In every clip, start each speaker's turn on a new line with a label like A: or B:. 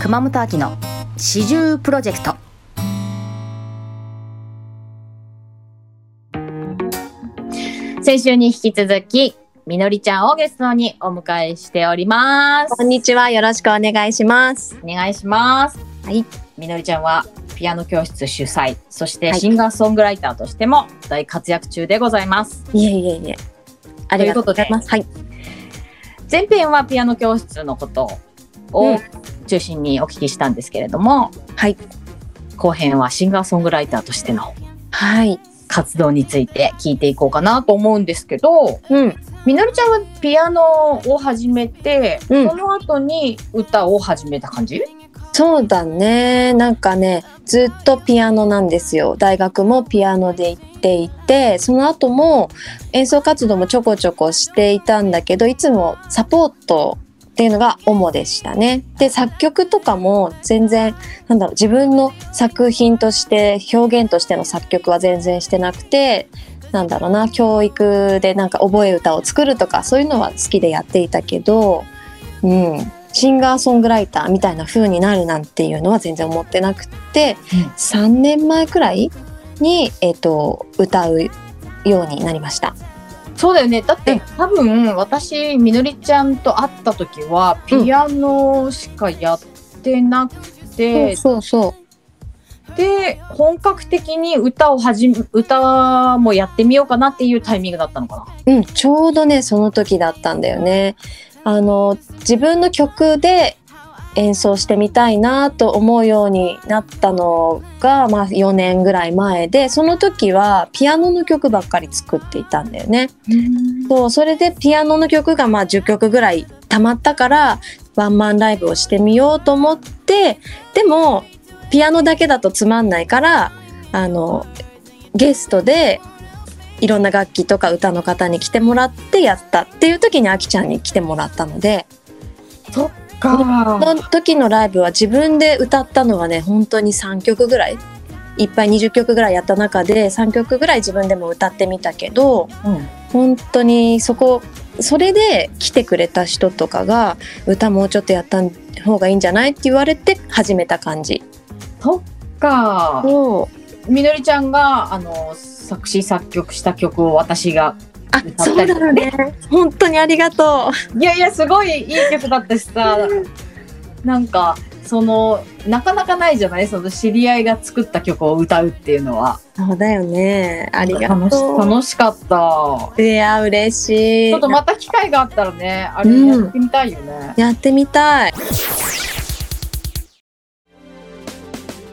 A: 熊本秋の四十プロジェクト
B: 先週に引き続きみのりちゃんをゲストにお迎えしております
C: こんにちは。よろしくお願いします。
B: お願いします
C: はい
B: みのりちゃんはピアノ教室主催そして
C: はい
B: シンガーソングライターとしても大活躍中でございます、
C: いえいえいえ。ありがとうございます。はい。
B: 前編はピアノ教室のこと
C: う
B: を
C: ん
B: 中心にお聞きしたんですけれども、
C: はい
B: 後編はシンガーソングライターとしての
C: はい。
B: 活動について聞いていこうかなと思うんですけど
C: うん。
B: みのりちゃんはピアノを始めて、
C: うん
B: その後に歌を始めた感じ
C: そうだね。なんかね、ずっとピアノなんですよ。大学もピアノで行っていて、その後も演奏活動もちょこちょこしていたんだけど、いつもサポートっていうのが主でしたね。で、作曲とかも全然、なんだろう、自分の作品として、表現としての作曲は全然してなくて、なんだろうな、教育でなんか覚え歌を作るとか、そういうのは好きでやっていたけど、うん、シンガーソングライターみたいな風になるなんていうのは全然思ってなくて、
B: うん
C: 3年前くらいに、えっと歌うようになりました。
B: そうだよねだっ
C: うん
B: て多分私みのりちゃんと会った時はピアノしかやってなくて、
C: そうそう
B: で本格的に歌を始め歌もやってみようかなっていうタイミングだったのか
C: そう、うん、ちょうどねその時だったんだよね。あの自分の曲で演奏してみたいなと思うようになったのが、まあ、4年ぐらい前でその時はピアノの曲ばっかり作っていたんだよね。
B: な。
C: そうそれでピアノの曲がまあ10曲ぐらい溜まったからワンマンライブをしてみようと思ってでもピアノだけだとつまんないからあのゲストでいろんな楽器とか歌の方に来てもらってやったっていう時にあきちゃんに来てもらったので
B: そっか
C: その時のライブは自分で歌ったのはね本当に3曲ぐらいいっぱい20曲ぐらいやった中で3曲ぐらい自分でも歌ってみたけど、
B: うん
C: 本当にそこそれで来てくれた人とかが歌もうちょっとやった方がいいんじゃないって言われて始めた感じ
B: そっか
C: そ
B: みのりちゃんがあの作詞作曲した曲を私が
C: あそうだよね本当にありがと
B: いやいやすごいいい曲だったしさなんかそのなかなかないじゃないその知り合いが作った曲を歌うっていうのは
C: うそうだよねありが
B: 楽し
C: と
B: 楽しかった
C: ういや嬉しい
B: ちょっとまた機会があったらねあれやってみたいよね、
C: やってみたい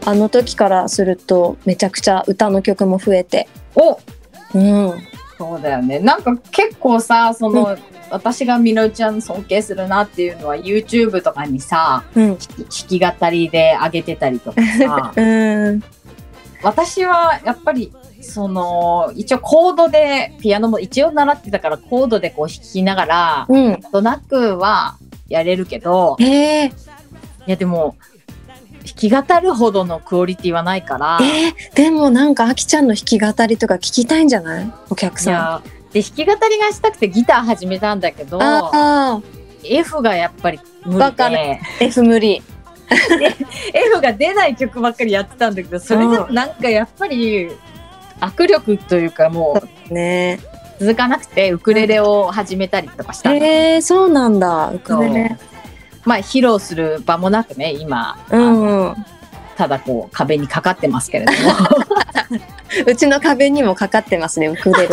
C: あの時からするとめちゃくちゃ歌の曲も増えて
B: お
C: うん
B: そうだよねなんか結構さその、私がみのりちゃん尊敬するなっていうのは YouTube とかにさ
C: うん
B: 弾き弾き語りで上げてたりとかさ
C: うん
B: 私はやっぱりその一応コードでピアノも一応習ってたからコードでこう弾きながら
C: うん
B: なんとなくはやれるけど
C: えー、
B: いやでも弾き語るほどのクオリティはないから
C: えーでもなんかあきちゃんの弾き語りとか聞きたいんじゃないお客
B: い
C: さん。
B: やで弾き語りがしたくてギター始めたんだけど
C: ああ
B: F がやっぱり無
C: わ
B: 理
C: かる
B: で
C: F 無理。
B: F が出ない曲ばっかりやってたんだけどそれでもなんかやっぱり握力というかもう
C: ね
B: 続かなくてウクレレを始めたりとかしたの
C: えー、そうなんだウクレレ。
B: まあ、披露する場もなくね今、
C: う
B: あの
C: んうん、
B: ただこう壁にかかってますけれ ども
C: うちの壁にもかかってますねウ クレレ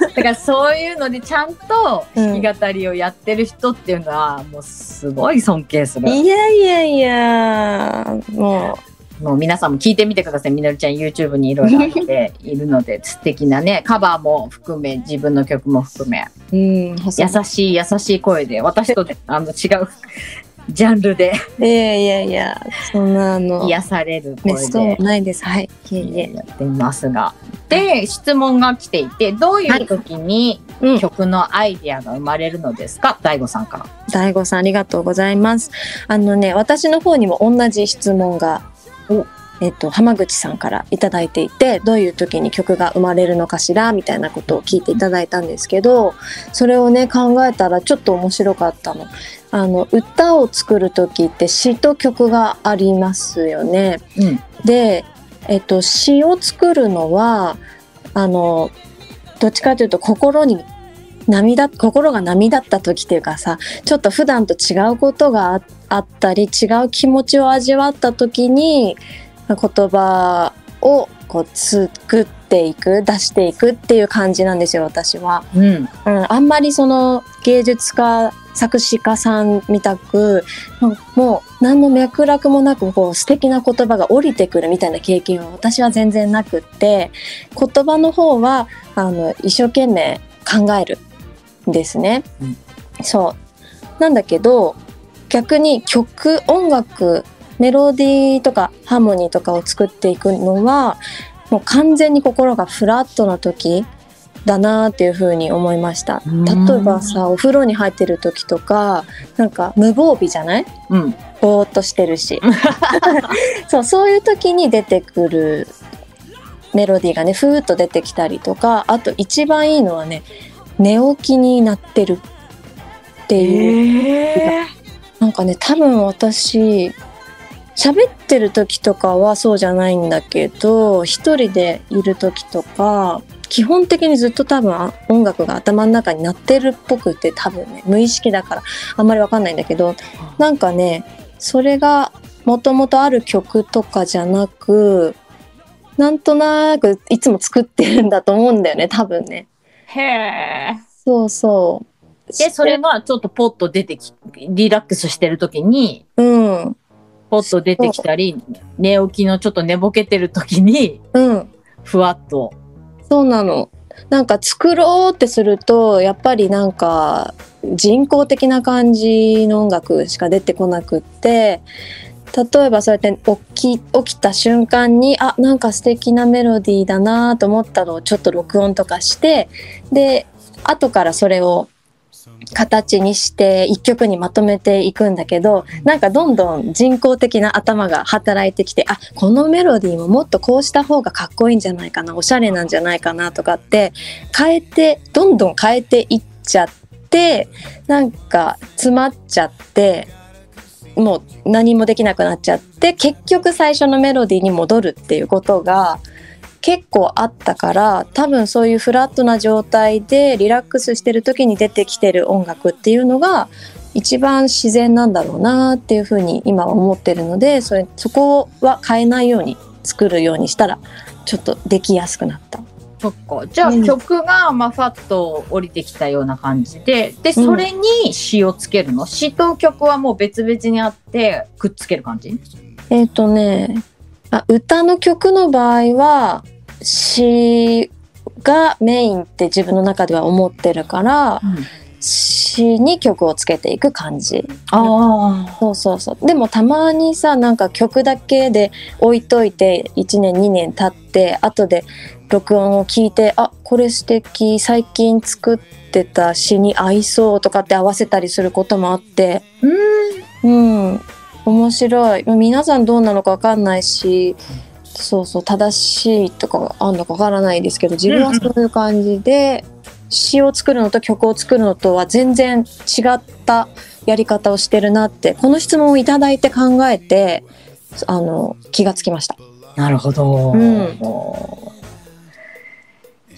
B: だからそういうのでちゃんと弾き語りをやってる人っていうのは、もうすごい尊敬する
C: いやいやいやも
B: もう皆さんも聞いてみてくださいみのりちゃん YouTube にいろいろあ っているので素敵なねカバーも含め自分の曲も含め
C: う、うん、細い
B: 優しい優しい声で私とあの違うジャンルで
C: いやいやいやそんなあの
B: 癒される声
C: メ
B: で
C: スともないですはいいえいえ
B: やっていますが。で質問が来ていてどういう時に
C: うん
B: 曲のアイディアが生まれるのですか、大悟さんから。
C: 大悟さんありがとうございます。あのね私の方にも同じ質問が
B: お
C: えっと、浜口さんからいただいていてどういう時に曲が生まれるのかしらみたいなことを聞いていただいたんですけどそれをね考えたらちょっと面白かったの。あの歌を作る時って詩と曲がありますよね。
B: うん
C: で、えっと、詩を作るのはあのどっちかというと心に涙心が波だった時っていうかさちょっと普段と違うことがああったり違う気持ちを味わった時に言葉をこう作っていく出していくっていう感じなんですよ私は。
B: うん
C: うん、あんまりその芸術家作詞家さんみたくもう何の脈絡もなくこう素敵な言葉が降りてくるみたいな経験は私は全然なくって言葉の方はあの一生懸命考えるんですね。
B: うん
C: そうなんだけど逆に曲音楽メロディーとかハーモニーとかを作っていくのはもう完全に心がフラットな時だなっていうふうに思いました。
B: うん
C: 例えばさお風呂に入ってる時とかなんか無防備じゃない
B: うん
C: ぼーっとしてるし そうそういう時に出てくるメロディーがねふーっと出てきたりとかあと一番いいのはね寝起きになってるっていう
B: え
C: なんかね多分私喋ってる時とかはそうじゃないんだけど一人でいる時とか基本的にずっと多分あ音楽が頭の中に鳴ってるっぽくて多分ね無意識だからあんまりわかんないんだけどなんかねそれがもともとある曲とかじゃなくなんとなくいつも作ってるんだと思うんだよね多分ね。
B: へえ
C: そうそう。
B: でそれがちょっとポッと出てきリラックスしてる時に
C: うん
B: ポッと出てきたり寝起きのちょっと寝ぼけてる時に
C: うん
B: ふわっと
C: そうなの。なんか作ろうってするとやっぱりなんか人工的な感じの音楽しか出てこなくって例えばそうやって起き起きた瞬間にあなんか素敵なメロディーだなと思ったのをちょっと録音とかしてで後からそれを形にして一曲にまとめていくんだけどなんかどんどん人工的な頭が働いてきてあこのメロディーももっとこうした方がかっこいいんじゃないかなおしゃれなんじゃないかなとかって変えてどんどん変えていっちゃってなんか詰まっちゃってもう何もできなくなっちゃって結局最初のメロディーに戻るっていうことが結構あったから多分そういうフラットな状態でリラックスしてる時に出てきてる音楽っていうのが一番自然なんだろうなっていうふうに今は思ってるのでそれそこは変えないように作るようにしたらちょっとできやすくなった。
B: そっかじゃあ
C: うん
B: 曲がまあファッと降りてきたような感じででそれに詞をつけるの、詞と曲はもう別々にあってくっつける感じ
C: えっ、とねあ歌の曲の場合は詩がメインって自分の中では思ってるから詩に曲をつけていく感じ。
B: あ
C: そうそうそうでもたまにさなんか曲だけで置いといて1年2年経って後で録音を聞いてあこれ素敵最近作ってた詩に合いそうとかって合わせたりすることもあってうん面白い皆さんどうなのか分かんないしそうそう正しいとかあんのか分からないですけど自分はそういう感じで詩を作るのと曲を作るのとは全然違ったやり方をしてるなってこの質問をいただいて考えてあの気がつきました。
B: なるほど、
C: うん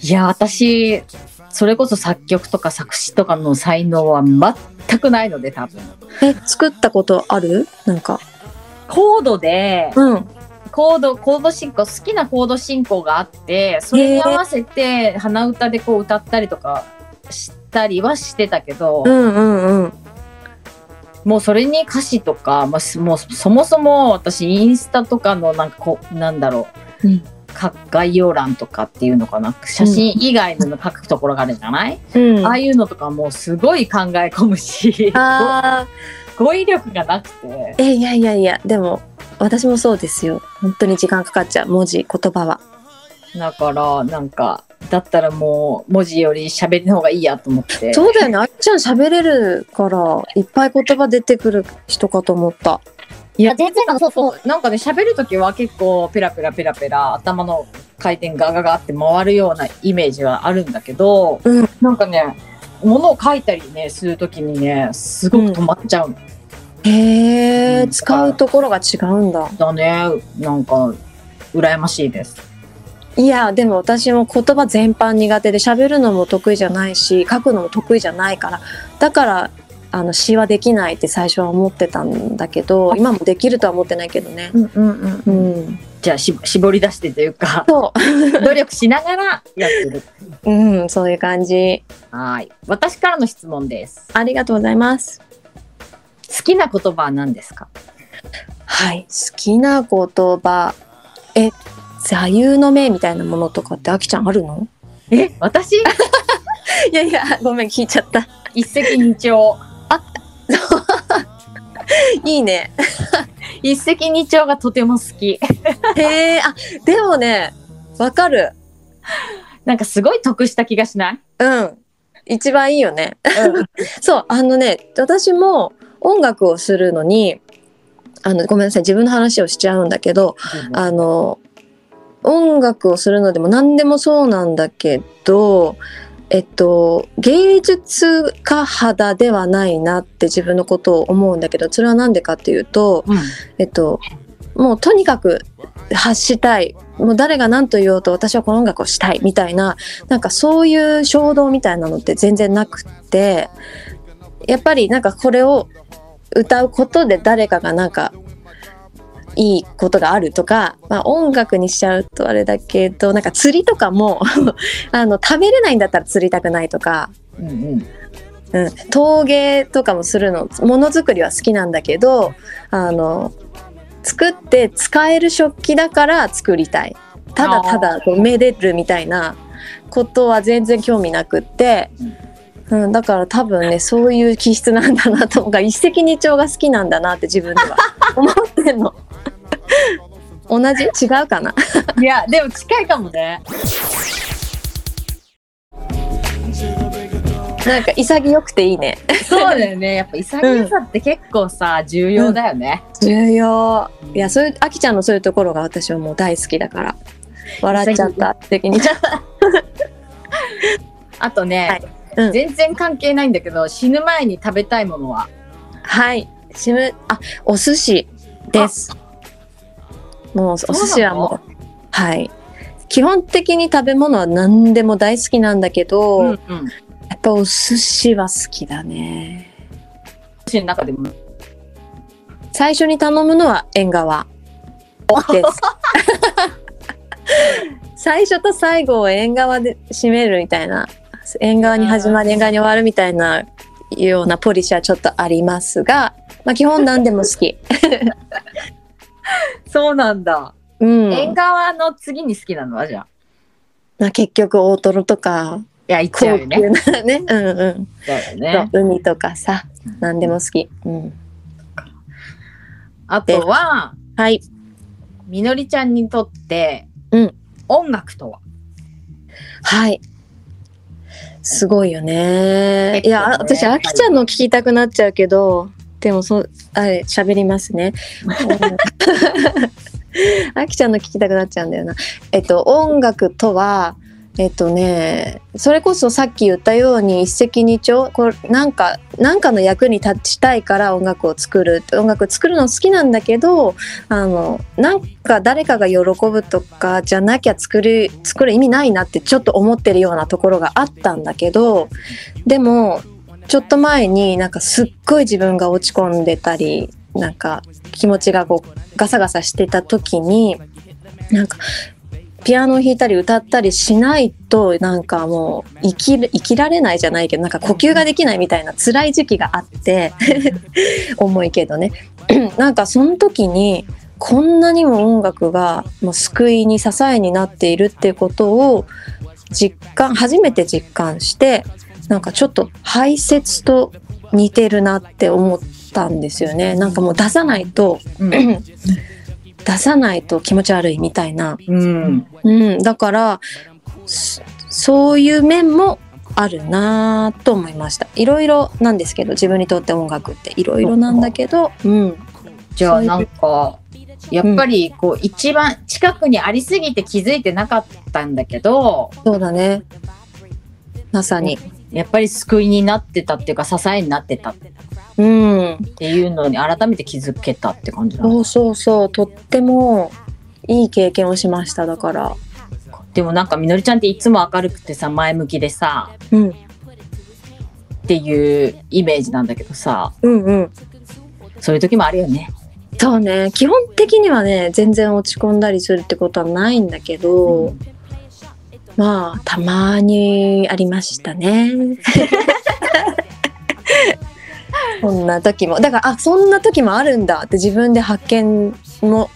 B: いや私それこそ作曲とか作詞とかの才能は全くないので多分
C: え作ったことあるなんか。
B: コードで
C: うん。
B: コードコード進行好きなコード進行があってそれに合わせて鼻歌でこう歌ったりとかしたりはしてたけど、
C: うんうんうん。
B: もうそれに歌詞とか、まあ、すもうそもそも私インスタとかのなんかこうなんだろう、
C: うん
B: か概要欄とかっていうのかな写真以外の書くところがあるじゃない、
C: うん、
B: ああ
C: あ
B: いうのとかもうすごい考え込むし
C: あー
B: 語語彙力がなくて
C: えいやいやいやでも私もそうですよ本当に時間かかっちゃう文字言葉は
B: だからなんかだったらもう文字より喋りの方がいいやと思って。
C: そうだよねあっちゃん喋れるからいっぱい言葉出てくる人かと思った
B: いや
A: あ全然あのそうそう
B: なんかね喋る時は結構ペラペラペラペラ頭の回転がガガって回るようなイメージはあるんだけど、
C: うん
B: なんかね物を書いたりねする時にねすごく止まっちゃうん
C: へ
B: う
C: え
B: ん
C: 使うところが違うんだ
B: だね、なんか羨ましいです。
C: いやでも私も言葉全般苦手で喋るのも得意じゃないし書くのも得意じゃないからだからあの詩はできないって最初は思ってたんだけど今もできるとは思ってないけどね
B: うんうんうん
C: うん
B: じゃあし絞り出してとい うか
C: そ
B: 努力しながらやってる。
C: う、うん、そういう感じ
B: はい。私からの質問です。
C: ありがとうございます
B: 好きな言葉は何ですか？
C: はい好きな言葉え座右の銘みたいなものとかってあきちゃんあるの
B: え、私
C: いやいやごめん聞いちゃった
B: 一石二鳥。
C: いいね
B: 一石二鳥がとても好き。
C: へえ、あ、でもね、わかる。
B: なんかすごい得した気がしない？
C: うん。一番いいよね。
B: うん、
C: そう、あのね、私も音楽をするのに、あの、ごめんなさい、自分の話をしちゃうんだけど、あの、音楽をするのでも何でもそうなんだけど、えっと、芸術家肌ではないなって自分のことを思うんだけど、それは何でかっていうと、
B: うん、
C: えっと、もうとにかく発したい。もう誰が何と言おうと私はこの音楽をしたいみたいな、なんかそういう衝動みたいなのって全然なくって、やっぱりなんかこれを歌うことで誰かがなんかいいことがあるとか、まあ音楽にしちゃうとあれだけど、なんか釣りとかも、 あの食べれないんだったら釣りたくないとか、
B: うんうん。
C: うん、陶芸とかもするのものづくりは好きなんだけどあの作って使える食器だから作りたいただただこうめでるみたいなことは全然興味なくって、うん、だから多分ねそういう気質なんだなとか一石二鳥が好きなんだなって自分で は思って んの。同じ違うかない
B: やでも近いかもね。
C: なんか潔くていいね。
B: そうだよね。やっぱ潔さって結構さ、重要だよね。
C: 重要いやそういうあきちゃんのそういうところが私はもう大好きだから笑っちゃった的に
B: あとね、
C: はいうん
B: 全然関係ないんだけど、死ぬ前に食べたいものは
C: はいしむあお寿司ですもうお寿司はもうはい基本的に食べ物は何でも大好きなんだけど、
B: うんう
C: や
B: ん、寿
C: っぱお寿司は好きだね
B: 司の中でも
C: 最初に頼むのは縁側です 最初と最後を縁側で締めるみたいな縁側に始まり縁側に終わるみたいなようなポリシーはちょっとありますが、まあ、基本何でも好き。
B: そうなんだ、
C: うん
B: 縁側の次に好きなのはじゃあ
C: まあ、結局大トロとか
B: いや行っ
C: 高
B: ちゃう
C: 級
B: よ
C: な
B: ね
C: ねうんうん
B: だよ
C: そう
B: ね
C: 海とかさ何でも好き。うん、
B: あとは
C: はい
B: みのりちゃんにとって、
C: うん
B: 音楽とは
C: はい。すごいよね。いや、あ
B: 結構ね
C: 私、あきちゃんの聞きたくなっちゃうけど、でも、そう、あれ、喋ります ね。あきちゃんの聞きたくなっちゃうんだよな。えっと、音楽とは、えっとね、それこそさっき言ったように一石二鳥これなんかなんかの役に立ちたいから音楽を作る音楽作るの好きなんだけどあのなんか誰かが喜ぶとかじゃなきゃ作る作る意味ないなってちょっと思ってるようなところがあったんだけどでもちょっと前になんかすっごい自分が落ち込んでたりなんか気持ちがこうガサガサしてた時になんかピアノを弾いたり歌ったりしないとなんかもう生きる生きられないじゃないけどなんか呼吸ができないみたいな辛い時期があって 重いけどね なんかその時にこんなにも音楽がもう救いに支えになっているってことを実感初めて実感してなんかちょっと排泄と似てるなって思ったんですよねなんかもう出さないと
B: うん、
C: 出さないと気持ち悪いみたいな
B: うん、
C: うん、だからそそういう面もあるなぁと思いましたいろいろなんですけど自分にとって音楽っていろいろなんだけど、うん、
B: じゃあなんかやっぱりこう一番近くにありすぎて気づいてなかったんだけど
C: そうだねまさに
B: やっぱり救いになってたっていうか支えになってたっ
C: うん
B: ていうのに改めて気づけたって感じな
C: そ
B: の
C: うそうそうとってもいい経験をしましただから
B: でもなんかみのりちゃんっていつも明るくてさ前向きでさ
C: うん
B: っていうイメージなんだけどさ
C: うんうん
B: そういう時もあるよね。
C: そうね基本的にはね全然落ち込んだりするってことはないんだけど、
B: うん
C: まあたまにありましたね そんな時もだからあそんな時もあるんだって自分で発見も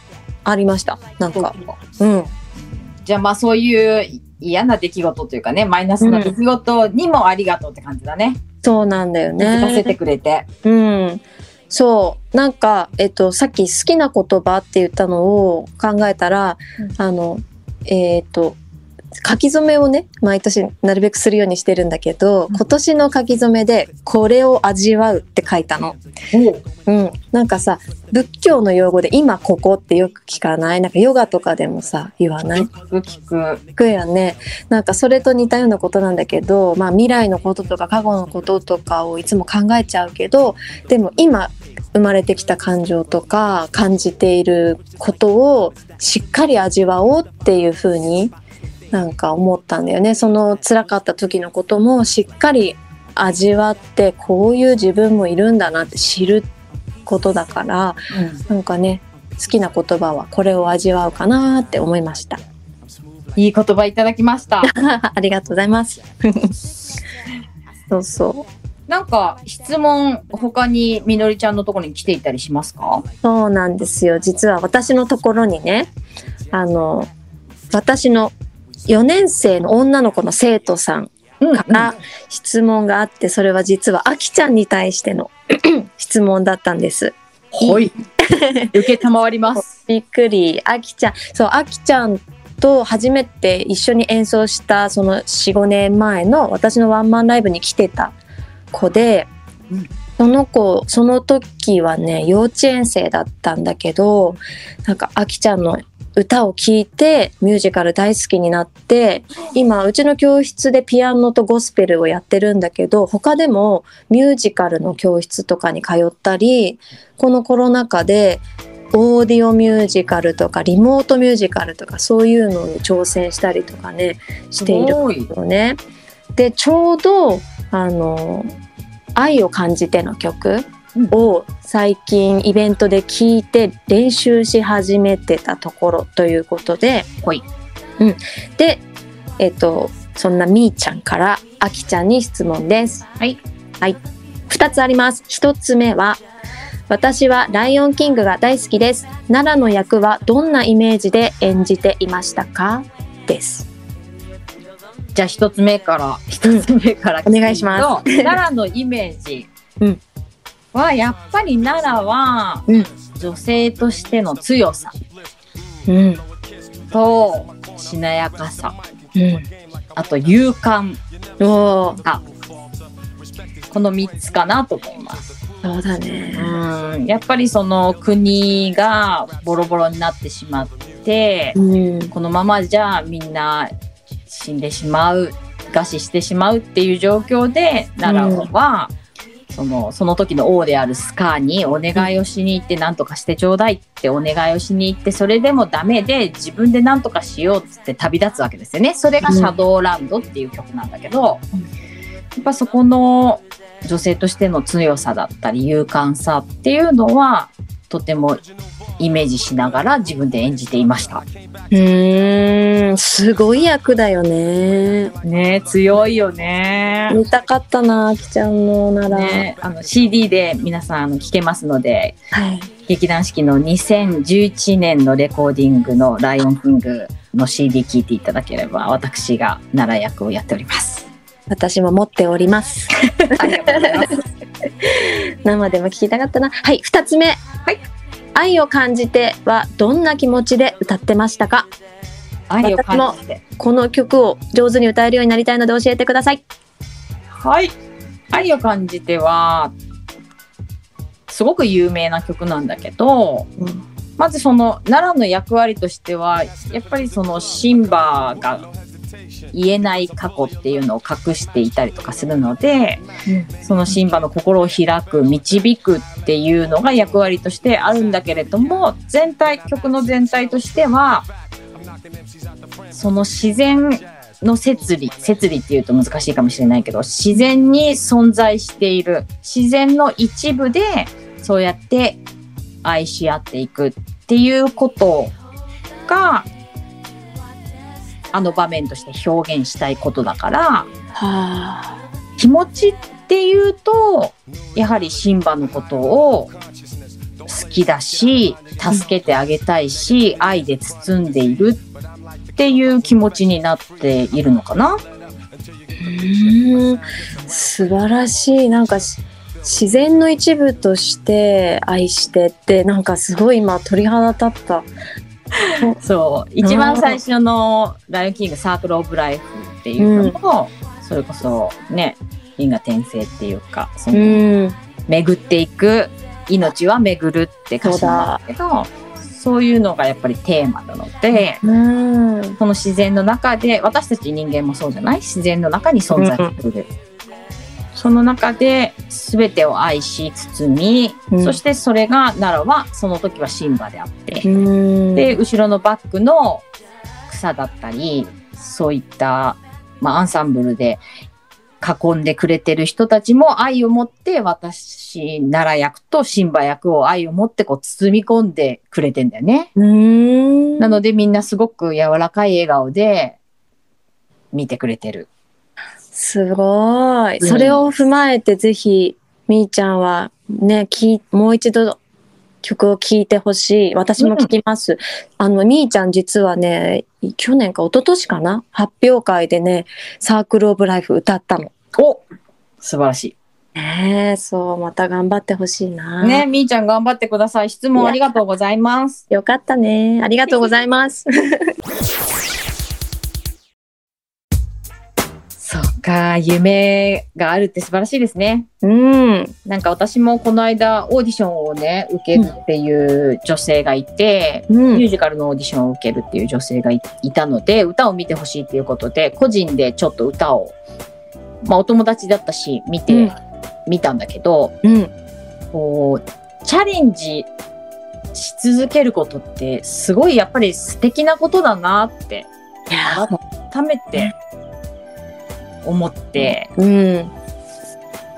C: ありましたなんかうん
B: じゃあまあそういう嫌な出来事というかねマイナスな出来事にもありがとうって感じだね。
C: そうなんだよ
B: 気づかせて
C: ね
B: くれて。
C: うんそうなんか、えっと、さっき好きな言葉って言ったのを考えたら、
B: うん
C: あのえっと書き初めをね毎年なるべくするようにしてるんだけど、
B: うん
C: 今年の書き初めで「これを味わう」って書いたの。うん、なんかさ仏教の用語で「今ここ」ってよく聞かないなんかヨガとかでもさ言わない
B: 聞く聞く。
C: 聞くやんねなんかそれと似たようなことなんだけど、まあ、未来のこととか過去のこととかをいつも考えちゃうけどでも今生まれてきた感情とか感じていることをしっかり味わおうっていう風になんか思ったんだよねその辛かった時のこともしっかり味わってこういう自分もいるんだなって知ることだからなんかね好きな言葉はこれを味わうかなって思いました。
B: いい言葉いただきました。
C: ありがとうございます。そうそ
B: なんか質問他にみのりちゃんのところに来ていたりしますか
C: う。？そうなんですよ。実は私のところにね、あの、私の4年生の女の子の生徒さん
B: うん
C: から質問があって、それは実はあきちゃんに対しての 質問だったんです。
B: はい。 受けたまわります。
C: びっくり。あきちゃん、そう、あきちゃんと初めて一緒に演奏したその4、5年前の私のワンマンライブに来てた子で、
B: うん
C: その子、その時はね、幼稚園生だったんだけど、なんかあきちゃんの歌を聴いてミュージカル大好きになって今うちの教室でピアノとゴスペルをやってるんだけど他でもミュージカルの教室とかに通ったりこのコロナ禍でオーディオミュージカルとかリモートミュージカルとかそういうのに挑戦したりとかねしている
B: すごい。
C: のね。でちょうどあの「愛を感じて」の曲
B: うん
C: を最近イベントで聴いて練習し始めてたところということで、
B: ほい
C: うん、で、えっとそんなみーちゃんからあきちゃんに質問です。
B: はい、
C: はい、2つあります。1つ目は私はライオンキングが大好きです。奈良の役はどんなイメージで演じていましたかです。
B: じゃあ一つ目から一つ目から。
C: お願いします
B: 奈良のイメージ
C: うん
B: はやっぱり奈良は
C: うん
B: 女性としての強さ
C: うん、
B: としなやかさ、
C: うん
B: あと勇敢
C: おー
B: さこの3つかなと思います。
C: そうだね。
B: うんやっぱりその国がボロボロになってしまって
C: うん、
B: このままじゃみんな死んでしまう餓死してしまうっていう状況で奈良は、そのその時の王であるスカーにお願いをしに行って何とかしてちょうだいってお願いをしに行ってそれでもダメで自分で何とかしようっつって旅立つわけですよねそれが「シャドーランド」っていう曲なんだけど、
C: うん
B: やっぱそこの女性としての強さだったり勇敢さっていうのはとてもイメージしながら自分で演じていました。
C: うーん、すごい役だよね。
B: ね強いよね。
C: 見たかったな、あきちゃんのなら。
B: ね、あの CD で皆さんあの聴けますので
C: はい。
B: 劇団四季の2011年のレコーディングの「ライオンキング」の CD 聴いていただければ私が奈良役をやっております。
C: 私も持っております。
B: ありがとうございます。
C: 生でも聞きたかったな。はい、二つ目。はい。愛を感じてはどんな気持ちで歌ってましたか
B: 愛を感じて。
C: この曲を上手に歌えるようになりたいので教えてください。
B: はい。愛を感じてはすごく有名な曲なんだけど、
C: うん
B: まずその奈良の役割としてはやっぱりそのシンバが言えない過去っていうのを隠していたりとかするので、そのシンバの心を開く導くっていうのが役割としてあるんだけれども全体曲の全体としてはその自然の摂理摂理っていうと難しいかもしれないけど自然に存在している自然の一部でそうやって愛し合っていくっていうことがあの場面として表現したいことだから
C: はあ
B: 気持ちっていうとやはりシンバのことを好きだし助けてあげたいし愛で包んでいるっていう気持ちになっているのかな
C: うーん素晴らしいなんかし自然の一部として愛してってなんかすごい今鳥肌立った
B: そう一番最初の「ライオンキングサークル・オブ・ライフ」っていうのも、それこそね因果転生っていうかその
C: うん
B: 巡っていく命は巡るって歌詞なんだけどそういうのがやっぱりテーマなので、
C: うん
B: その自然の中で私たち人間もそうじゃない自然の中に存在する、その中で全てを愛し包み、
C: うん
B: そしてそれが奈良はその時はシンバであって、
C: うん
B: で後ろのバックの草だったりそういった、まあ、アンサンブルで囲んでくれてる人たちも愛を持って私奈良役とシンバ役を愛を持ってこう包み込んでくれてんだよね。
C: うん
B: なのでみんなすごく柔らかい笑顔で見てくれてる。
C: すごい。
B: うん
C: それを踏まえて、ぜひ、みーちゃんは、ね、き、もう一度、曲を聴いてほしい。私も聴きます。あの、みーちゃん実はね、去年か一昨年かな発表会でね、サークルオブライフ歌ったの。
B: お素晴らし
C: ねえ、そう、また頑張ってほしいな。
B: い。ね。みーちゃん頑張ってください。質問ありがとうございます。
C: よかったね。ありがとうございます。
B: そっか夢があるって素晴らしいですね。
C: うん。
B: なんか私もこの間オーディションをね受けるっていう女性がいて、
C: う
B: ミュ
C: ん。
B: ージカルのオーディションを受けるっていう女性がいいたので歌を見てほしいっていうことで個人でちょっと歌を、まあ、お友達だったし見て、
C: うん
B: 見たんだけど
C: うん。
B: こうチャレンジし続けることってすごいやっぱり素敵なことだなって
C: いや
B: 改めて思って。
C: うん。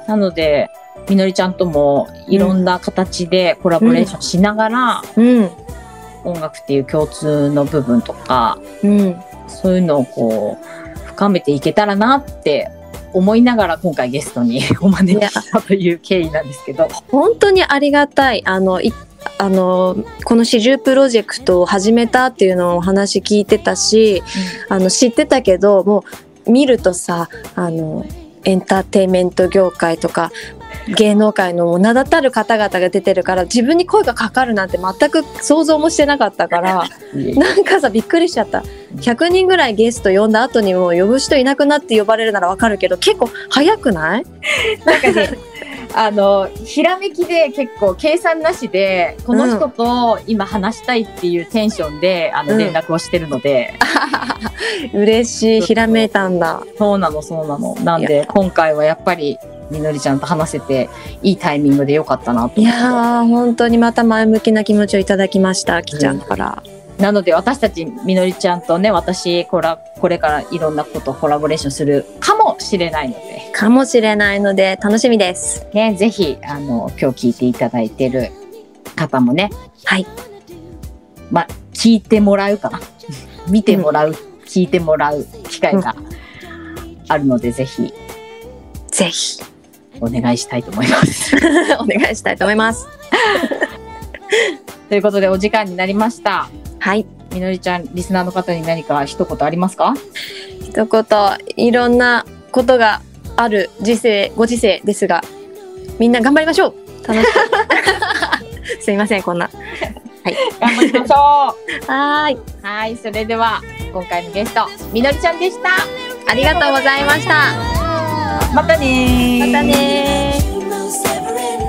B: なのでみのりちゃんともいろんな形でコラボレーションしながら、
C: うん。
B: 音楽っていう共通の部分とか
C: うん。
B: そういうのをこう深めていけたらなって思いながら今回ゲストにお招きしたという経緯なんですけど。
C: 本当にありがたいあのいあのこの四十プロジェクトを始めたっていうのをお話聞いてたしあの知ってたけどもう見るとさあのエンターテインメント業界とか芸能界の名だたる方々が出てるから自分に声がかかるなんて全く想像もしてなかったから なんかさびっくりしちゃった100人ぐらいゲスト呼んだ後にもう呼ぶ人いなくなって呼ばれるならわかるけど結構早くない
B: なんかねあのひらめきで結構計算なしでこの人と今話したいっていうテンションで、あ
C: う
B: の
C: ん
B: 連絡をしてるので、
C: 嬉しいひらめいたんだ。
B: そうなの、そうなの。なん
C: い
B: で、今回はやっぱり、みのりちゃんと話せて、いいタイミングでよかったなと
C: い
B: 思って。
C: やー本当にまた前向きな気持ちをいただきましたあきちゃんから、
B: なので、私たち、みのりちゃんとね、私、こら、これからいろんなことコラボレーションするかもしれないので、
C: かもしれないので楽しみです
B: ね、ぜひ、あの、今日聞いていただいてる方もね、
C: はい。
B: ま、聞いてもらう かな。見てもらう、聞いてもらう機会があるので、ぜひ、
C: ぜひ
B: お願いしたいと思います。
C: お願いしたいと思います
B: ということで、お時間になりました。
C: はい
B: みのりちゃん、リスナーの方に何か一言ありますか
C: 一言いろんなことがある時世ご時世ですがみんな頑張りましょう楽しくすい ませんこんな
B: 頑張りましょ
C: はーいう
B: はい、それでは今回のゲスト、みのりちゃんでした。
C: ありがとうございました
B: またねー
C: またねー
D: Severin